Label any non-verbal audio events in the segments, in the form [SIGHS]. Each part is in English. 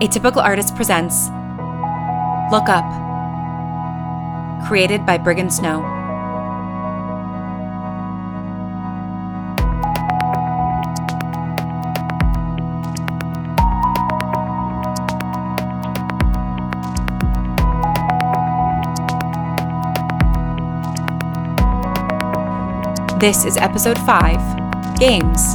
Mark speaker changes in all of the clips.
Speaker 1: Atypical Artist presents Look Up, created by Brigham Snow. This is episode 5 Games.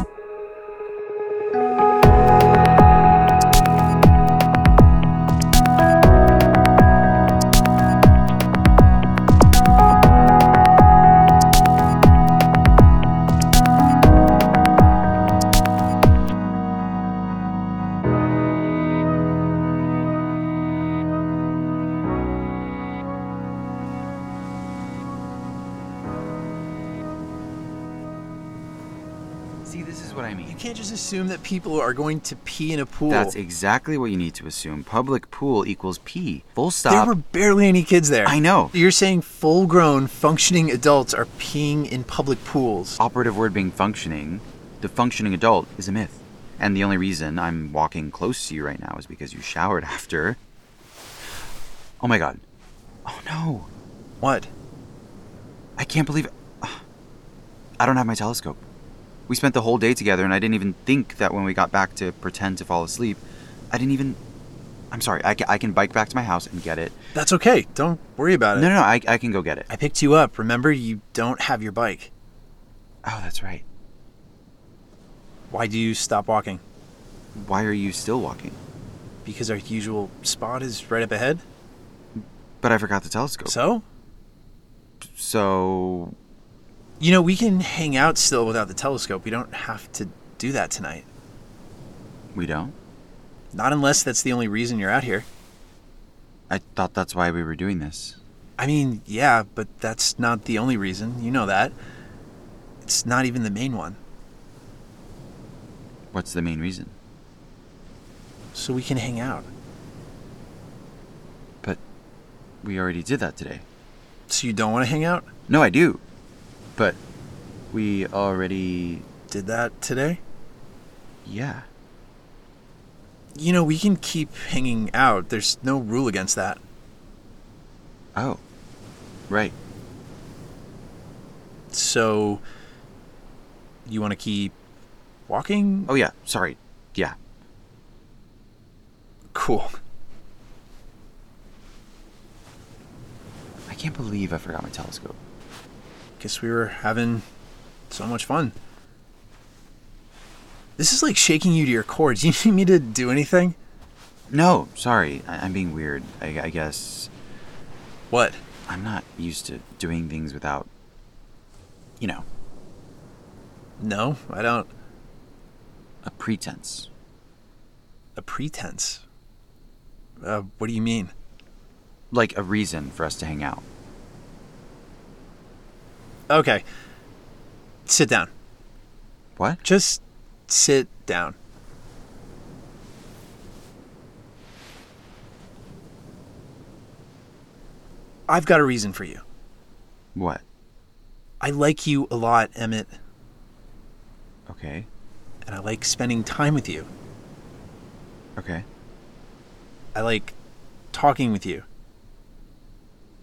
Speaker 2: See, this is what I mean.
Speaker 3: You can't just assume that people are going to pee in a pool.
Speaker 2: That's exactly what you need to assume. Public pool equals pee. Full
Speaker 3: there
Speaker 2: stop.
Speaker 3: were barely any kids there.
Speaker 2: I know.
Speaker 3: You're saying full grown, functioning adults are peeing in public pools.
Speaker 2: Operative word being functioning, the functioning adult is a myth. And the only reason I'm walking close to you right now is because you showered [LAUGHS] after. Oh my god. Oh no.
Speaker 3: What?
Speaker 2: I can't believe. Ah. [SIGHS] I don't have my telescope. We spent the whole day together, and I didn't even think that when we got back to pretend to fall asleep, I didn't even. I'm sorry. I, ca- I can bike back to my house and get it.
Speaker 3: That's okay. Don't worry about
Speaker 2: No,
Speaker 3: it.
Speaker 2: no, no. I, I can go get it.
Speaker 3: I picked you up. Remember, you don't have your bike.
Speaker 2: Oh, that's right.
Speaker 3: Why do you stop walking?
Speaker 2: Why are you still walking?
Speaker 3: Because our usual spot is right up ahead?
Speaker 2: But I forgot the telescope. So,
Speaker 3: So? You know, we can hang out still without the telescope. We don't have to do that tonight.
Speaker 2: we don't?
Speaker 3: Not unless that's the only reason you're out here.
Speaker 2: I thought that's why we were doing this.
Speaker 3: I mean, yeah, but that's not the only reason. You know that. It's not even the main one.
Speaker 2: What's the main reason?
Speaker 3: So we can hang out.
Speaker 2: But we already did that today.
Speaker 3: So you don't want to hang out?
Speaker 2: No, I do. But we already.
Speaker 3: Did that today?
Speaker 2: Yeah.
Speaker 3: You know, we can keep hanging out. There's no rule against that.
Speaker 2: Oh. Right.
Speaker 3: So you want to keep walking?
Speaker 2: Oh, yeah. Sorry. Yeah.
Speaker 3: cool.
Speaker 2: I can't believe I forgot my telescope.
Speaker 3: Guess we were having so much fun. This is like shaking you to your core. Do [LAUGHS] you need me to do anything?
Speaker 2: No, sorry. I- I'm being weird. I-, I guess
Speaker 3: What?
Speaker 2: I'm not used to doing things without. You know,
Speaker 3: No, I don't.
Speaker 2: a pretense.
Speaker 3: A pretense. Uh, what do you mean?
Speaker 2: Like a reason for us to hang out.
Speaker 3: Okay. Sit down.
Speaker 2: What?
Speaker 3: Just sit down. I've got a reason for you.
Speaker 2: What?
Speaker 3: I like you a lot, Emmett,
Speaker 2: Okay.
Speaker 3: and I like spending time with you.
Speaker 2: Okay.
Speaker 3: I like talking with you.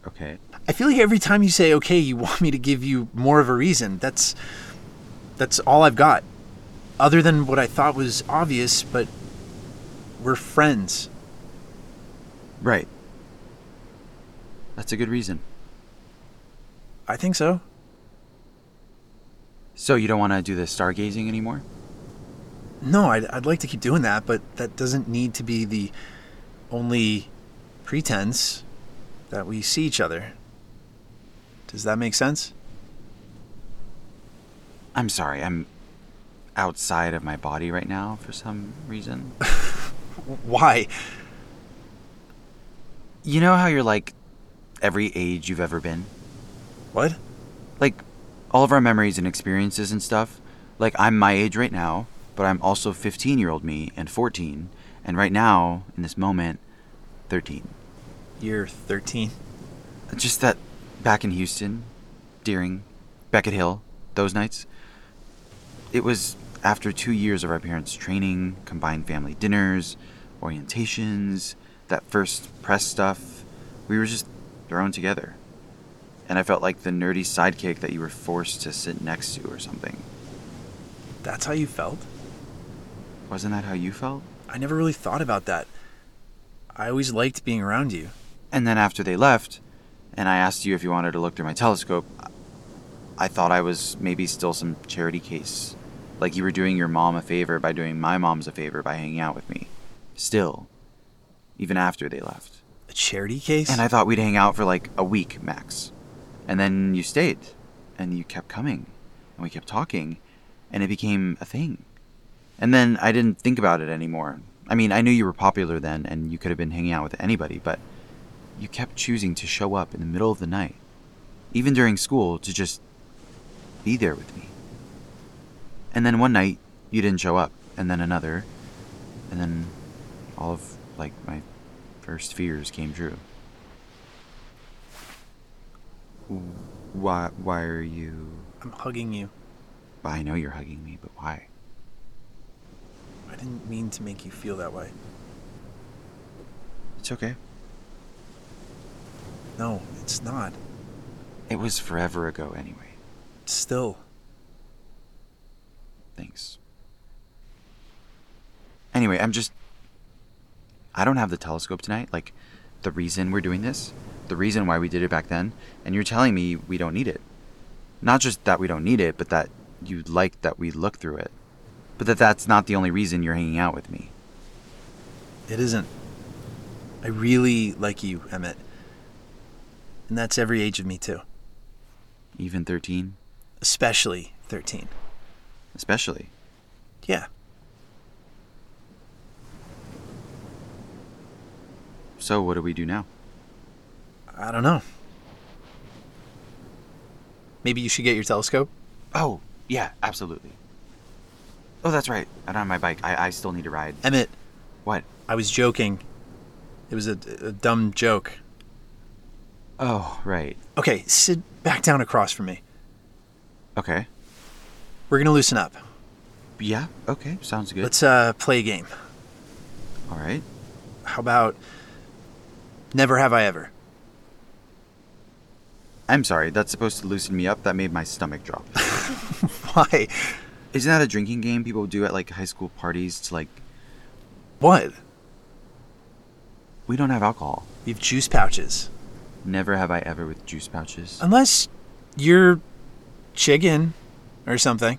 Speaker 2: Okay.
Speaker 3: I feel like every time you say okay, you [LAUGHS] want me to give you more of a reason. That's that's all I've got. Other than what I thought was obvious, but we're friends.
Speaker 2: Right. That's a good reason.
Speaker 3: I think so.
Speaker 2: So you don't want to do the stargazing anymore?
Speaker 3: No, I'd, I'd like to keep doing that, but that doesn't need to be the only pretense that we see each other. Does that make sense?
Speaker 2: I'm sorry, I'm outside of my body right now for some reason.
Speaker 3: Why?
Speaker 2: you know how you're like every age you've ever been?
Speaker 3: What?
Speaker 2: Like all of our memories and experiences and stuff. Like I'm my age right now, but I'm also 15 year old me and 14, and right now, in this moment, 13.
Speaker 3: You're 13.
Speaker 2: Just that back in Houston, Deering, Beckett Hill, those nights. It was after two years of our parents' training, combined family dinners, orientations, that first press stuff. We were just thrown together. And I felt like the nerdy sidekick that you were forced to sit next to or something.
Speaker 3: That's how you felt?
Speaker 2: Wasn't that how you felt?
Speaker 3: I never really thought about that. I always liked being around you.
Speaker 2: And then after they left, and I asked you if you wanted to look through my telescope, I- I thought I was maybe still some charity case. Like you were doing your mom a favor by doing my mom's a favor by hanging out with me. Still. Even after they left.
Speaker 3: A charity case?
Speaker 2: And I thought we'd hang out for like a week max. And then you stayed. And you kept coming. And we kept talking. And it became a thing. And then I didn't think about it anymore. I mean, I knew you were popular then and you could have been hanging out with anybody, but you kept choosing to show up in the middle of the night, even during school, to just be there with me. And then one night, you didn't show up, and then another, and then all of like my first fears came true. Why? Why are you?
Speaker 3: I'm hugging you.
Speaker 2: I know you're hugging me, but why?
Speaker 3: I didn't mean to make you feel that way.
Speaker 2: It's okay.
Speaker 3: No, it's not.
Speaker 2: It was forever ago, anyway.
Speaker 3: Still.
Speaker 2: Thanks. Anyway, I'm just. I don't have the telescope tonight. Like, the reason we're doing this, the reason why we did it back then, and you're telling me we don't need it. Not just that we don't need it, but that you like that we look through it. But that that's not the only reason you're hanging out with me.
Speaker 3: It isn't. I really like you, Emmett. And that's every age of me, too.
Speaker 2: Even 13?
Speaker 3: Especially 13.
Speaker 2: Especially.
Speaker 3: Yeah.
Speaker 2: So, what do we do now?
Speaker 3: I don't know. Maybe you should get your telescope?
Speaker 2: Oh, yeah, absolutely. Oh, that's right. I don't have my bike. I, I still need to ride.
Speaker 3: Emmett,
Speaker 2: What?
Speaker 3: I was joking. It was a, a dumb joke.
Speaker 2: Oh, right.
Speaker 3: Okay, sit back down across from me.
Speaker 2: Okay.
Speaker 3: We're gonna loosen up.
Speaker 2: Yeah, okay. Sounds good.
Speaker 3: Let's uh, play a game.
Speaker 2: All right.
Speaker 3: How about Never Have I Ever? [LAUGHS]
Speaker 2: I'm sorry. That's supposed to loosen me up. That made my stomach
Speaker 3: [LAUGHS]
Speaker 2: drop.
Speaker 3: Why?
Speaker 2: Isn't that a drinking game people do at like high school parties to like,
Speaker 3: What?
Speaker 2: we don't have alcohol.
Speaker 3: We have juice pouches.
Speaker 2: Never have I ever with juice pouches.
Speaker 3: Unless you're chicken or something.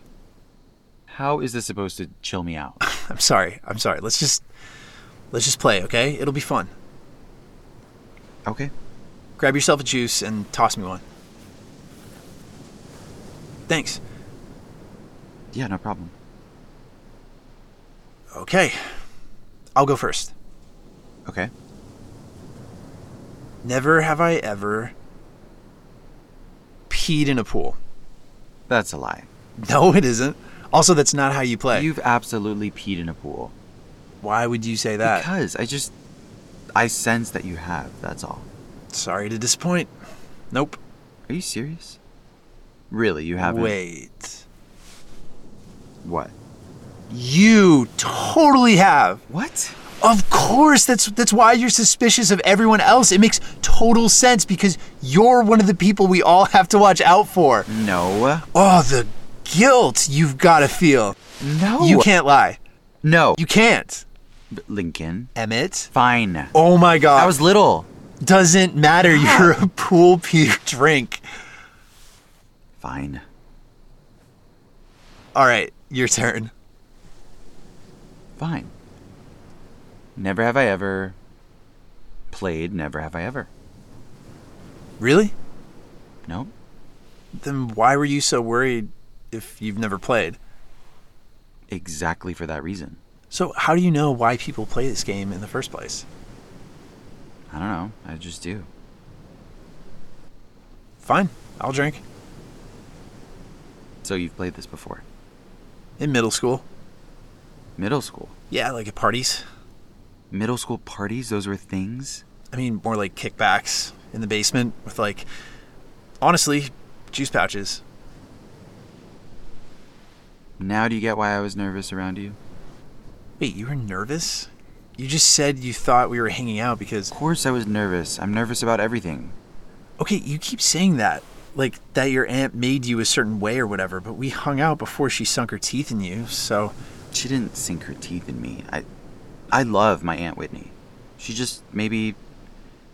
Speaker 3: [LAUGHS]
Speaker 2: How is this supposed to chill me out?
Speaker 3: I'm sorry. I'm sorry. Let's just let's just play, okay? It'll be fun.
Speaker 2: okay.
Speaker 3: Grab yourself a juice and toss me one. Thanks.
Speaker 2: Yeah, no problem.
Speaker 3: Okay. I'll go first.
Speaker 2: Okay.
Speaker 3: Never have I ever peed in a pool. [LAUGHS]
Speaker 2: That's a lie.
Speaker 3: No, it isn't. Also, that's not how you play.
Speaker 2: You've absolutely peed in a pool.
Speaker 3: Why would you say that?
Speaker 2: Because I just I sense that you have, that's all.
Speaker 3: Sorry to disappoint. Nope.
Speaker 2: Are you serious? Really, you haven't
Speaker 3: Wait.
Speaker 2: what?
Speaker 3: You totally have.
Speaker 2: What?
Speaker 3: Of course, that's that's why you're suspicious of everyone else. It makes total sense because you're one of the people we all have to watch out for.
Speaker 2: No.
Speaker 3: Oh, the guilt you've got to feel.
Speaker 2: No.
Speaker 3: You can't lie.
Speaker 2: No.
Speaker 3: You can't.
Speaker 2: Lincoln.
Speaker 3: Emmett.
Speaker 2: Fine.
Speaker 3: Oh my god.
Speaker 2: I was little.
Speaker 3: doesn't matter. You're a pool pee [LAUGHS] drink.
Speaker 2: Fine.
Speaker 3: All right, your turn.
Speaker 2: Fine. Never have I ever played Never Have I Ever.
Speaker 3: Really?
Speaker 2: No.
Speaker 3: Then why were you so worried if you've never played.
Speaker 2: Exactly for that reason.
Speaker 3: So, how do you know why people play this game in the first place?
Speaker 2: I don't know. I just do.
Speaker 3: Fine, I'll drink.
Speaker 2: So you've played this before?
Speaker 3: In middle school.
Speaker 2: Middle school?
Speaker 3: Yeah, like at parties.
Speaker 2: Middle school parties? Those were things?
Speaker 3: I mean, more like kickbacks in the basement with, like, honestly, juice pouches.
Speaker 2: Now do you get why I was nervous around you?
Speaker 3: Wait, you were nervous? You just said you thought we were hanging out because.
Speaker 2: Of course I was nervous. I'm nervous about everything.
Speaker 3: Okay, you keep saying that. Like, that your aunt made you a certain way or whatever, but we hung out before she sunk her teeth in you, so.
Speaker 2: She didn't sink her teeth in me. I I love my Aunt Whitney. She just maybe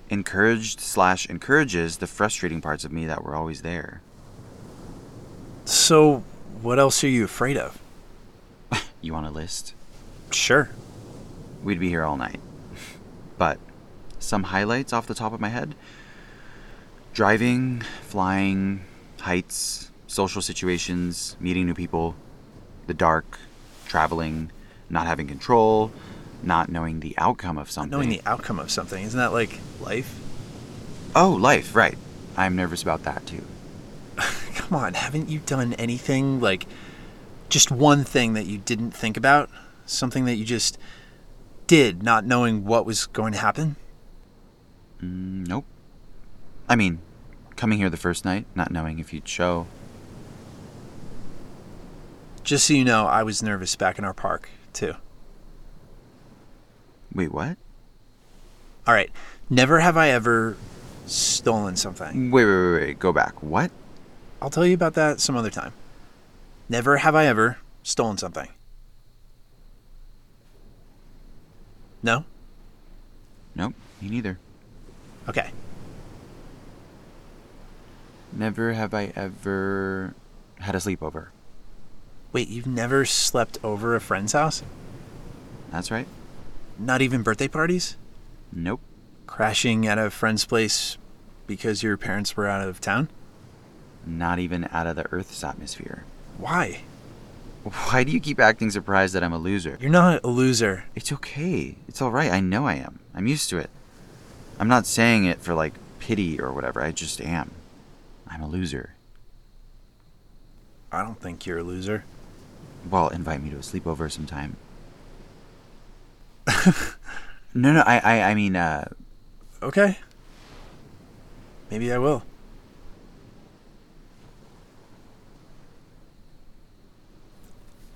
Speaker 2: encouraged slash encourages the frustrating parts of me that were always there.
Speaker 3: So, what else are you afraid of?
Speaker 2: You want a list?
Speaker 3: Sure.
Speaker 2: We'd be here all night. [LAUGHS] But some highlights off the top of my head driving, flying, heights, social situations, meeting new people, the dark, traveling, not having control, not knowing the outcome of something.
Speaker 3: Knowing the outcome of something, isn't that like life?
Speaker 2: oh, life, right. I'm nervous about that too.
Speaker 3: Come on, haven't you done anything like just one thing that you didn't think about? Something that you just did, not knowing what was going to happen?
Speaker 2: Mm, Nope. I mean, coming here the first night, not knowing if you'd show.
Speaker 3: Just so you know, I was nervous back in our park, too.
Speaker 2: Wait, what?
Speaker 3: All right, never have I ever stolen something.
Speaker 2: Wait, wait, wait, wait. Go back. What?
Speaker 3: I'll tell you about that some other time. Never have I ever stolen something. No?
Speaker 2: Nope, me neither.
Speaker 3: Okay.
Speaker 2: Never have I ever had a sleepover.
Speaker 3: Wait, you've never slept over a friend's house?
Speaker 2: That's right.
Speaker 3: Not even birthday parties?
Speaker 2: Nope.
Speaker 3: Crashing at a friend's place because your parents were out of town?
Speaker 2: Not even out of the Earth's atmosphere.
Speaker 3: Why?
Speaker 2: Why do you keep acting surprised that I'm a loser?
Speaker 3: You're not a loser.
Speaker 2: It's okay. It's all right. I know I am. I'm used to it. I'm not saying it for like pity or whatever. I just am. I'm a loser.
Speaker 3: I don't think you're a loser.
Speaker 2: Well, invite me to a sleepover sometime. [LAUGHS] no, no. I, I, I mean, uh,
Speaker 3: Okay. Maybe I will.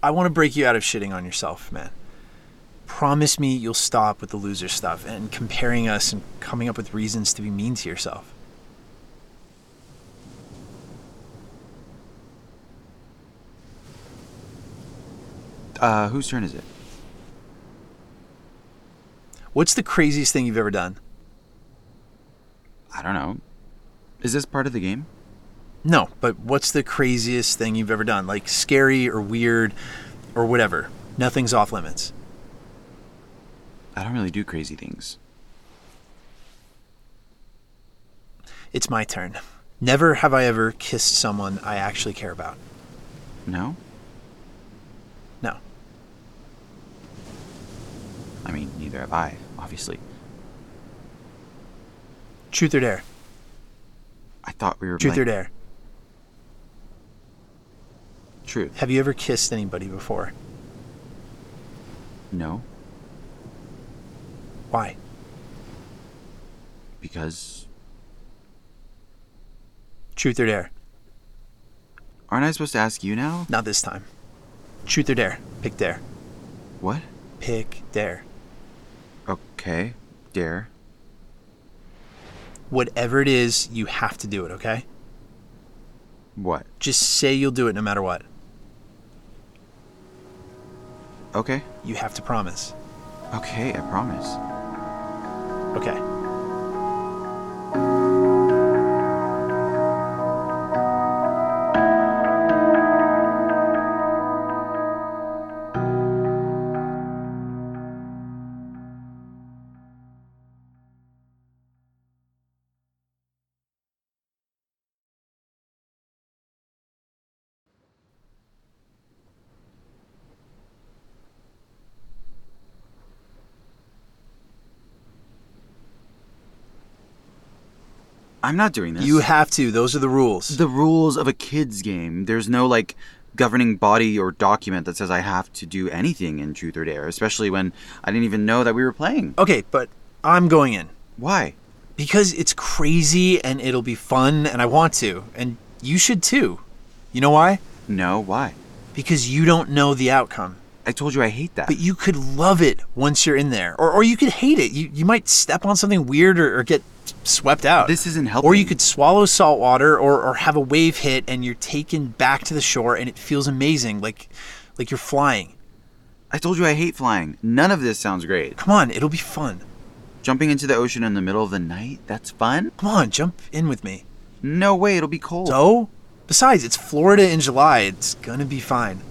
Speaker 3: I want to break you out of shitting on yourself, man. Promise me you'll stop with the loser stuff and comparing us and coming up with reasons to be mean to yourself.
Speaker 2: uh, whose turn is it?
Speaker 3: What's the craziest thing you've ever done?
Speaker 2: I don't know. Is this part of the game?
Speaker 3: No, but what's the craziest thing you've ever done? Like scary or weird or whatever. Nothing's off limits.
Speaker 2: I don't really do crazy things.
Speaker 3: It's my turn. Never have I ever kissed someone I actually care about.
Speaker 2: No?
Speaker 3: No.
Speaker 2: I mean, neither have I, obviously.
Speaker 3: Truth or dare?
Speaker 2: I thought we were.
Speaker 3: Truth or
Speaker 2: playing-
Speaker 3: dare?
Speaker 2: Truth.
Speaker 3: Have you ever kissed anybody before?
Speaker 2: No,
Speaker 3: Why?
Speaker 2: because
Speaker 3: Truth or dare?
Speaker 2: aren't I supposed to ask you now?
Speaker 3: Not this time. Truth or dare? Pick dare.
Speaker 2: What?
Speaker 3: Pick dare.
Speaker 2: Okay, dare.
Speaker 3: Whatever it is, you have to do it, okay?
Speaker 2: What?
Speaker 3: Just say you'll do it no matter what.
Speaker 2: Okay.
Speaker 3: You have to promise.
Speaker 2: Okay, I promise.
Speaker 3: Okay.
Speaker 2: I'm not doing this.
Speaker 3: You have to. Those are the rules.
Speaker 2: the rules of a kids game. There's no like governing body or document that says I have to do anything in Truth or Dare, especially when I didn't even know that we were playing.
Speaker 3: okay, but I'm going in
Speaker 2: Why?
Speaker 3: because it's crazy and it'll be fun and I want to. And you should too. You know why?
Speaker 2: No, why?
Speaker 3: Because you don't know the outcome.
Speaker 2: I told you I hate that.
Speaker 3: But you could love it once you're in there, or, or you could hate it. You, you might step on something weird or, or get swept out.
Speaker 2: This isn't
Speaker 3: Or you
Speaker 2: helping.
Speaker 3: could swallow salt water or, or have a wave hit and you're taken back to the shore and it feels amazing, like like you're flying.
Speaker 2: I told you I hate flying. None of this sounds great.
Speaker 3: Come on, it'll be fun.
Speaker 2: Jumping into the ocean in the middle of the night? That's fun?
Speaker 3: Come on, jump in with me.
Speaker 2: No way, it'll be cold.
Speaker 3: So? Besides, it's Florida in July. It's gonna be fine.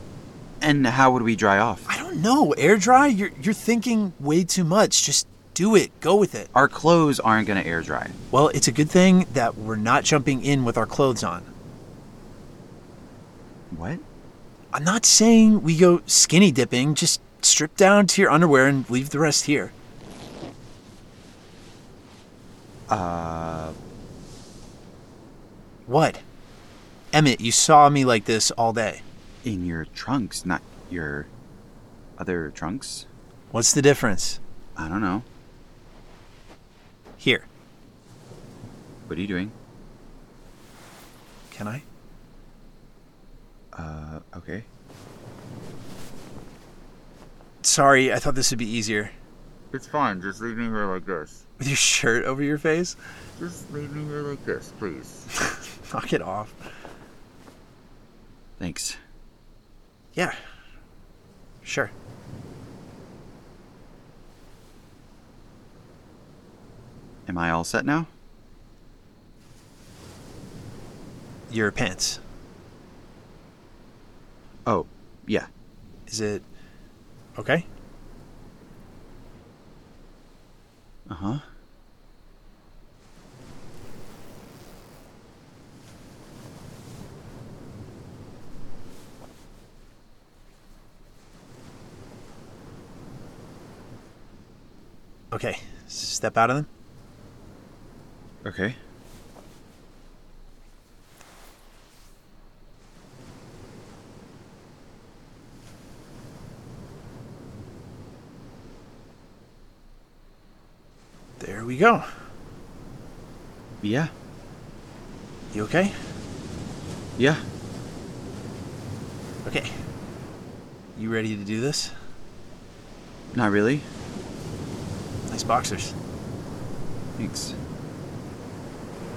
Speaker 2: and how would we dry off?
Speaker 3: I don't know, air dry? You're you're thinking way too much. Just do it. Go with it.
Speaker 2: Our clothes aren't going to air dry.
Speaker 3: Well, it's a good thing that we're not jumping in with our clothes on.
Speaker 2: What?
Speaker 3: I'm not saying we go skinny dipping, just strip down to your underwear and leave the rest here.
Speaker 2: Uh,
Speaker 3: What? Emmett, you saw me like this all day.
Speaker 2: in your trunks, not your other trunks?
Speaker 3: What's the difference?
Speaker 2: I don't know.
Speaker 3: Here.
Speaker 2: What are you doing?
Speaker 3: Can I?
Speaker 2: Uh, okay.
Speaker 3: Sorry, I thought this would be easier.
Speaker 4: It's fine, just leave me here like this.
Speaker 3: With your shirt over your face? [LAUGHS]
Speaker 4: Just leave me here like this, please.
Speaker 3: Knock it off.
Speaker 2: Thanks.
Speaker 3: Yeah. Sure.
Speaker 2: Am I all set now?
Speaker 3: Your pants.
Speaker 2: Oh, yeah.
Speaker 3: Is it okay?
Speaker 2: Uh huh.
Speaker 3: Okay. Step out of them.
Speaker 2: Okay.
Speaker 3: There we go.
Speaker 2: Yeah.
Speaker 3: You okay?
Speaker 2: Yeah.
Speaker 3: Okay. You ready to do this?
Speaker 2: Not really.
Speaker 3: Nice boxers.
Speaker 2: Thanks.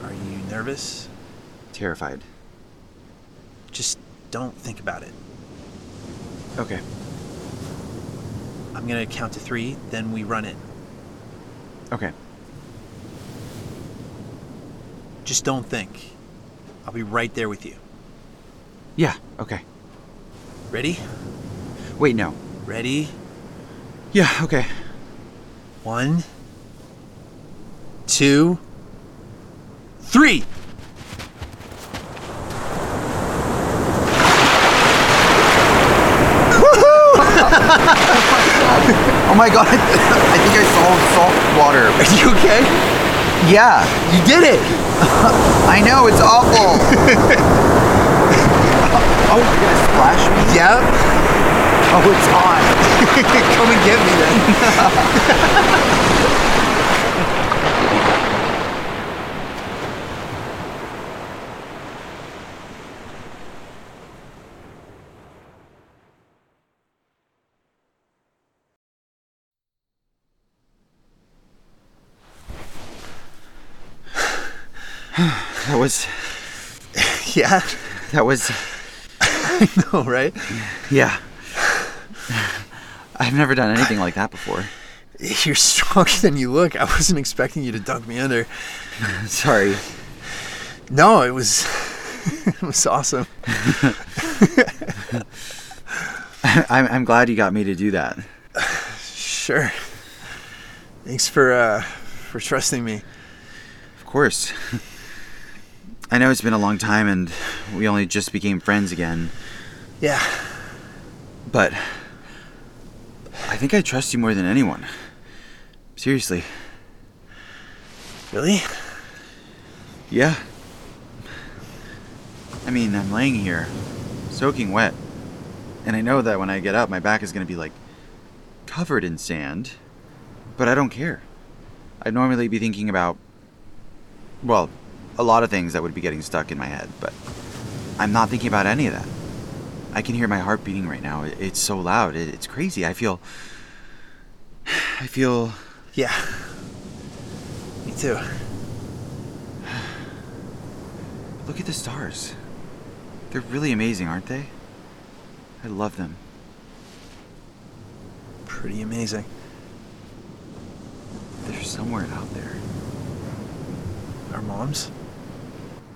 Speaker 3: Are you nervous?
Speaker 2: Terrified.
Speaker 3: Just don't think about it.
Speaker 2: Okay.
Speaker 3: I'm gonna count to three, then we run it.
Speaker 2: Okay.
Speaker 3: Just don't think. I'll be right there with you.
Speaker 2: Yeah. Okay.
Speaker 3: Ready?
Speaker 2: Wait, no.
Speaker 3: Ready?
Speaker 2: Yeah, okay.
Speaker 3: One, two, three! [LAUGHS]
Speaker 2: Oh my god. [LAUGHS] I think I saw salt water. [LAUGHS]
Speaker 3: Are you okay?
Speaker 2: Yeah.
Speaker 3: You did it!
Speaker 2: [LAUGHS] I know, it's awful. [LAUGHS] oh, you're gonna splash me?
Speaker 3: Yeah?
Speaker 2: Oh, it's hot. [LAUGHS]
Speaker 3: Come and get me then.
Speaker 2: That was. [LAUGHS]
Speaker 3: yeah?
Speaker 2: That was.
Speaker 3: No, right? [LAUGHS]
Speaker 2: Yeah. I've never done anything like that before. [LAUGHS]
Speaker 3: You're stronger than you look. I wasn't expecting you to dunk me under.
Speaker 2: Sorry. [LAUGHS]
Speaker 3: No, it was. [LAUGHS] it was awesome.
Speaker 2: I'm, I'm glad you got me to do that.
Speaker 3: Sure. Thanks for, uh, for trusting me.
Speaker 2: Of course. [LAUGHS] I know it's been a long time and we only just became friends again,
Speaker 3: Yeah.
Speaker 2: but I think I trust you more than anyone. Seriously.
Speaker 3: Really?
Speaker 2: Yeah. I mean, I'm laying here, soaking wet. And I know that when I get up, my back is going to be like covered in sand. But I don't care. I'd normally be thinking about, well, a lot of things that would be getting stuck in my head, but I'm not thinking about any of that. I can hear my heart beating right now. It- It's so loud. It- It's crazy. I feel. [SIGHS] I feel.
Speaker 3: Yeah. Me too.
Speaker 2: Look at the stars. They're really amazing, aren't they? I love them.
Speaker 3: Pretty amazing.
Speaker 2: They're somewhere out there.
Speaker 3: Our moms?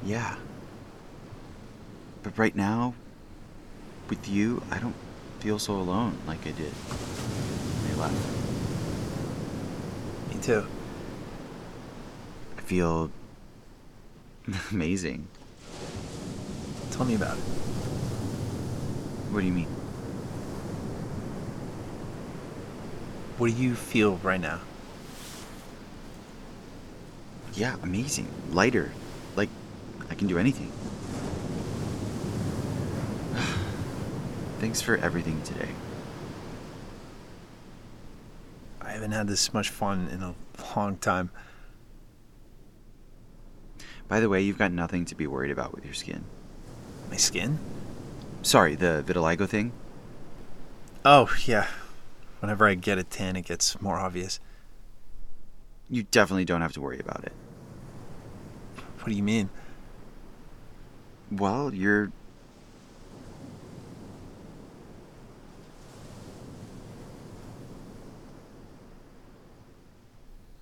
Speaker 2: Yeah. But right now, with you, I don't feel so alone like I did. when They left.
Speaker 3: Me too.
Speaker 2: I feel [LAUGHS] amazing.
Speaker 3: Tell me about it.
Speaker 2: What do you mean?
Speaker 3: What do you feel right now?
Speaker 2: Yeah, amazing. Lighter. Like, I can do anything. [SIGHS] Thanks for everything today.
Speaker 3: I haven't had this much fun in a long time.
Speaker 2: By the way, you've got nothing to be worried about with your skin.
Speaker 3: My skin?
Speaker 2: Sorry, the vitiligo thing?
Speaker 3: Oh, yeah. Whenever I get a tan, it gets more obvious.
Speaker 2: You definitely don't have to worry about it.
Speaker 3: What do you mean?
Speaker 2: Well, you're.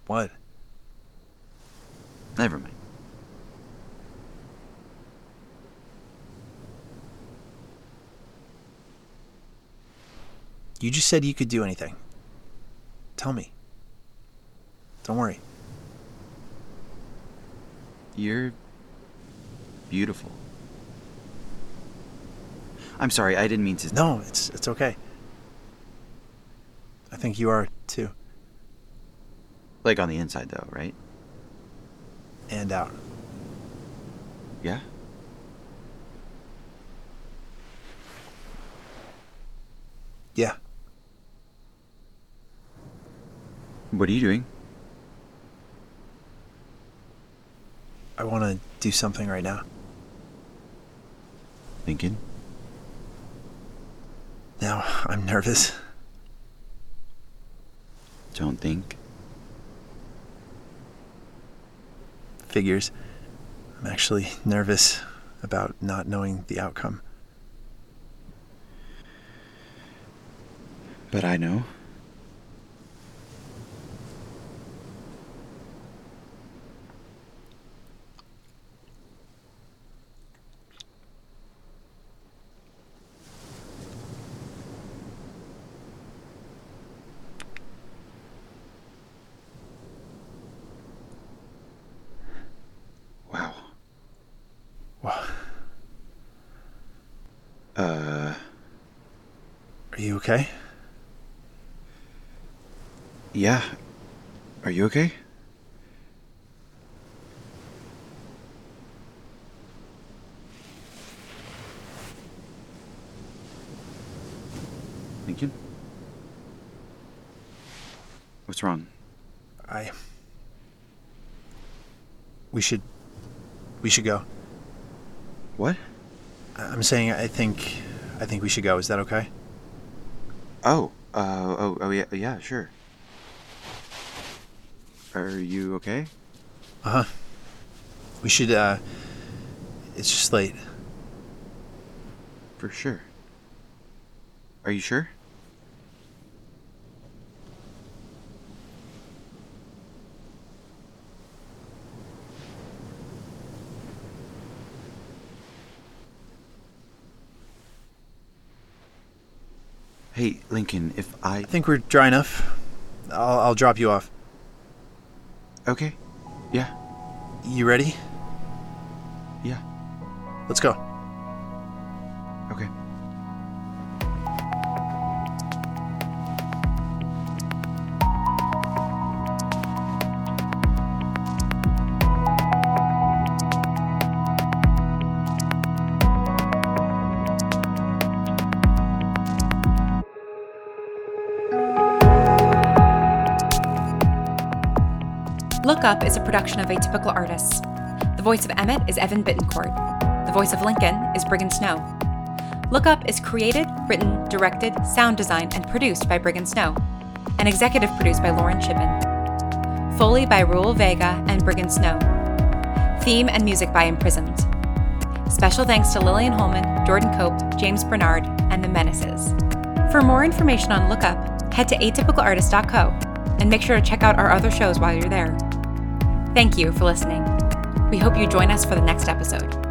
Speaker 3: What?
Speaker 2: Never mind.
Speaker 3: You just said you could do anything. Tell me. Don't worry.
Speaker 2: You're. beautiful. I'm sorry, I didn't mean to.
Speaker 3: No, it's it's okay. I think you are too.
Speaker 2: Like on the inside, though, right?
Speaker 3: And uh, out.
Speaker 2: Yeah?
Speaker 3: Yeah.
Speaker 2: What are you doing?
Speaker 3: I want to do something right now.
Speaker 2: Thinking?
Speaker 3: Now [LAUGHS] I'm nervous.
Speaker 2: Don't think.
Speaker 3: Figures. I'm actually nervous about not knowing the outcome.
Speaker 2: But I know. Wow.
Speaker 3: Wow.
Speaker 2: Uh,
Speaker 3: Are you okay?
Speaker 2: yeah. Are you okay? Lincoln? What's wrong?
Speaker 3: I We should we should go.
Speaker 2: What?
Speaker 3: I- I'm saying I think I think we should go. Is that okay?
Speaker 2: Oh, uh, oh, oh, yeah, yeah, sure. Are you okay?
Speaker 3: Uh-huh. We should uh it's just late.
Speaker 2: For sure. Are you sure? Hey, Lincoln, if I.
Speaker 3: I think we're dry enough. I'll, I'll drop you off.
Speaker 2: Okay. Yeah,
Speaker 3: You ready?
Speaker 2: yeah,
Speaker 3: Let's go.
Speaker 2: okay.
Speaker 1: Look Up is a production of Atypical Artists. The voice of Emmett is Evan Bittencourt. The voice of Lincoln is Brigham Snow. Look Up is created, written, directed, sound designed, and produced by Brigham Snow, and executive produced by Lauren Chipman. Foley by Ruel Vega and Brigham Snow. Theme and music by Imprisoned. Special thanks to Lillian Holman, Jordan Cope, James Bernard, and The Menaces. For more information on Lookup, head to atypicalartist.co and make sure to check out our other shows while you're there. Thank you for listening. We hope you join us for the next episode.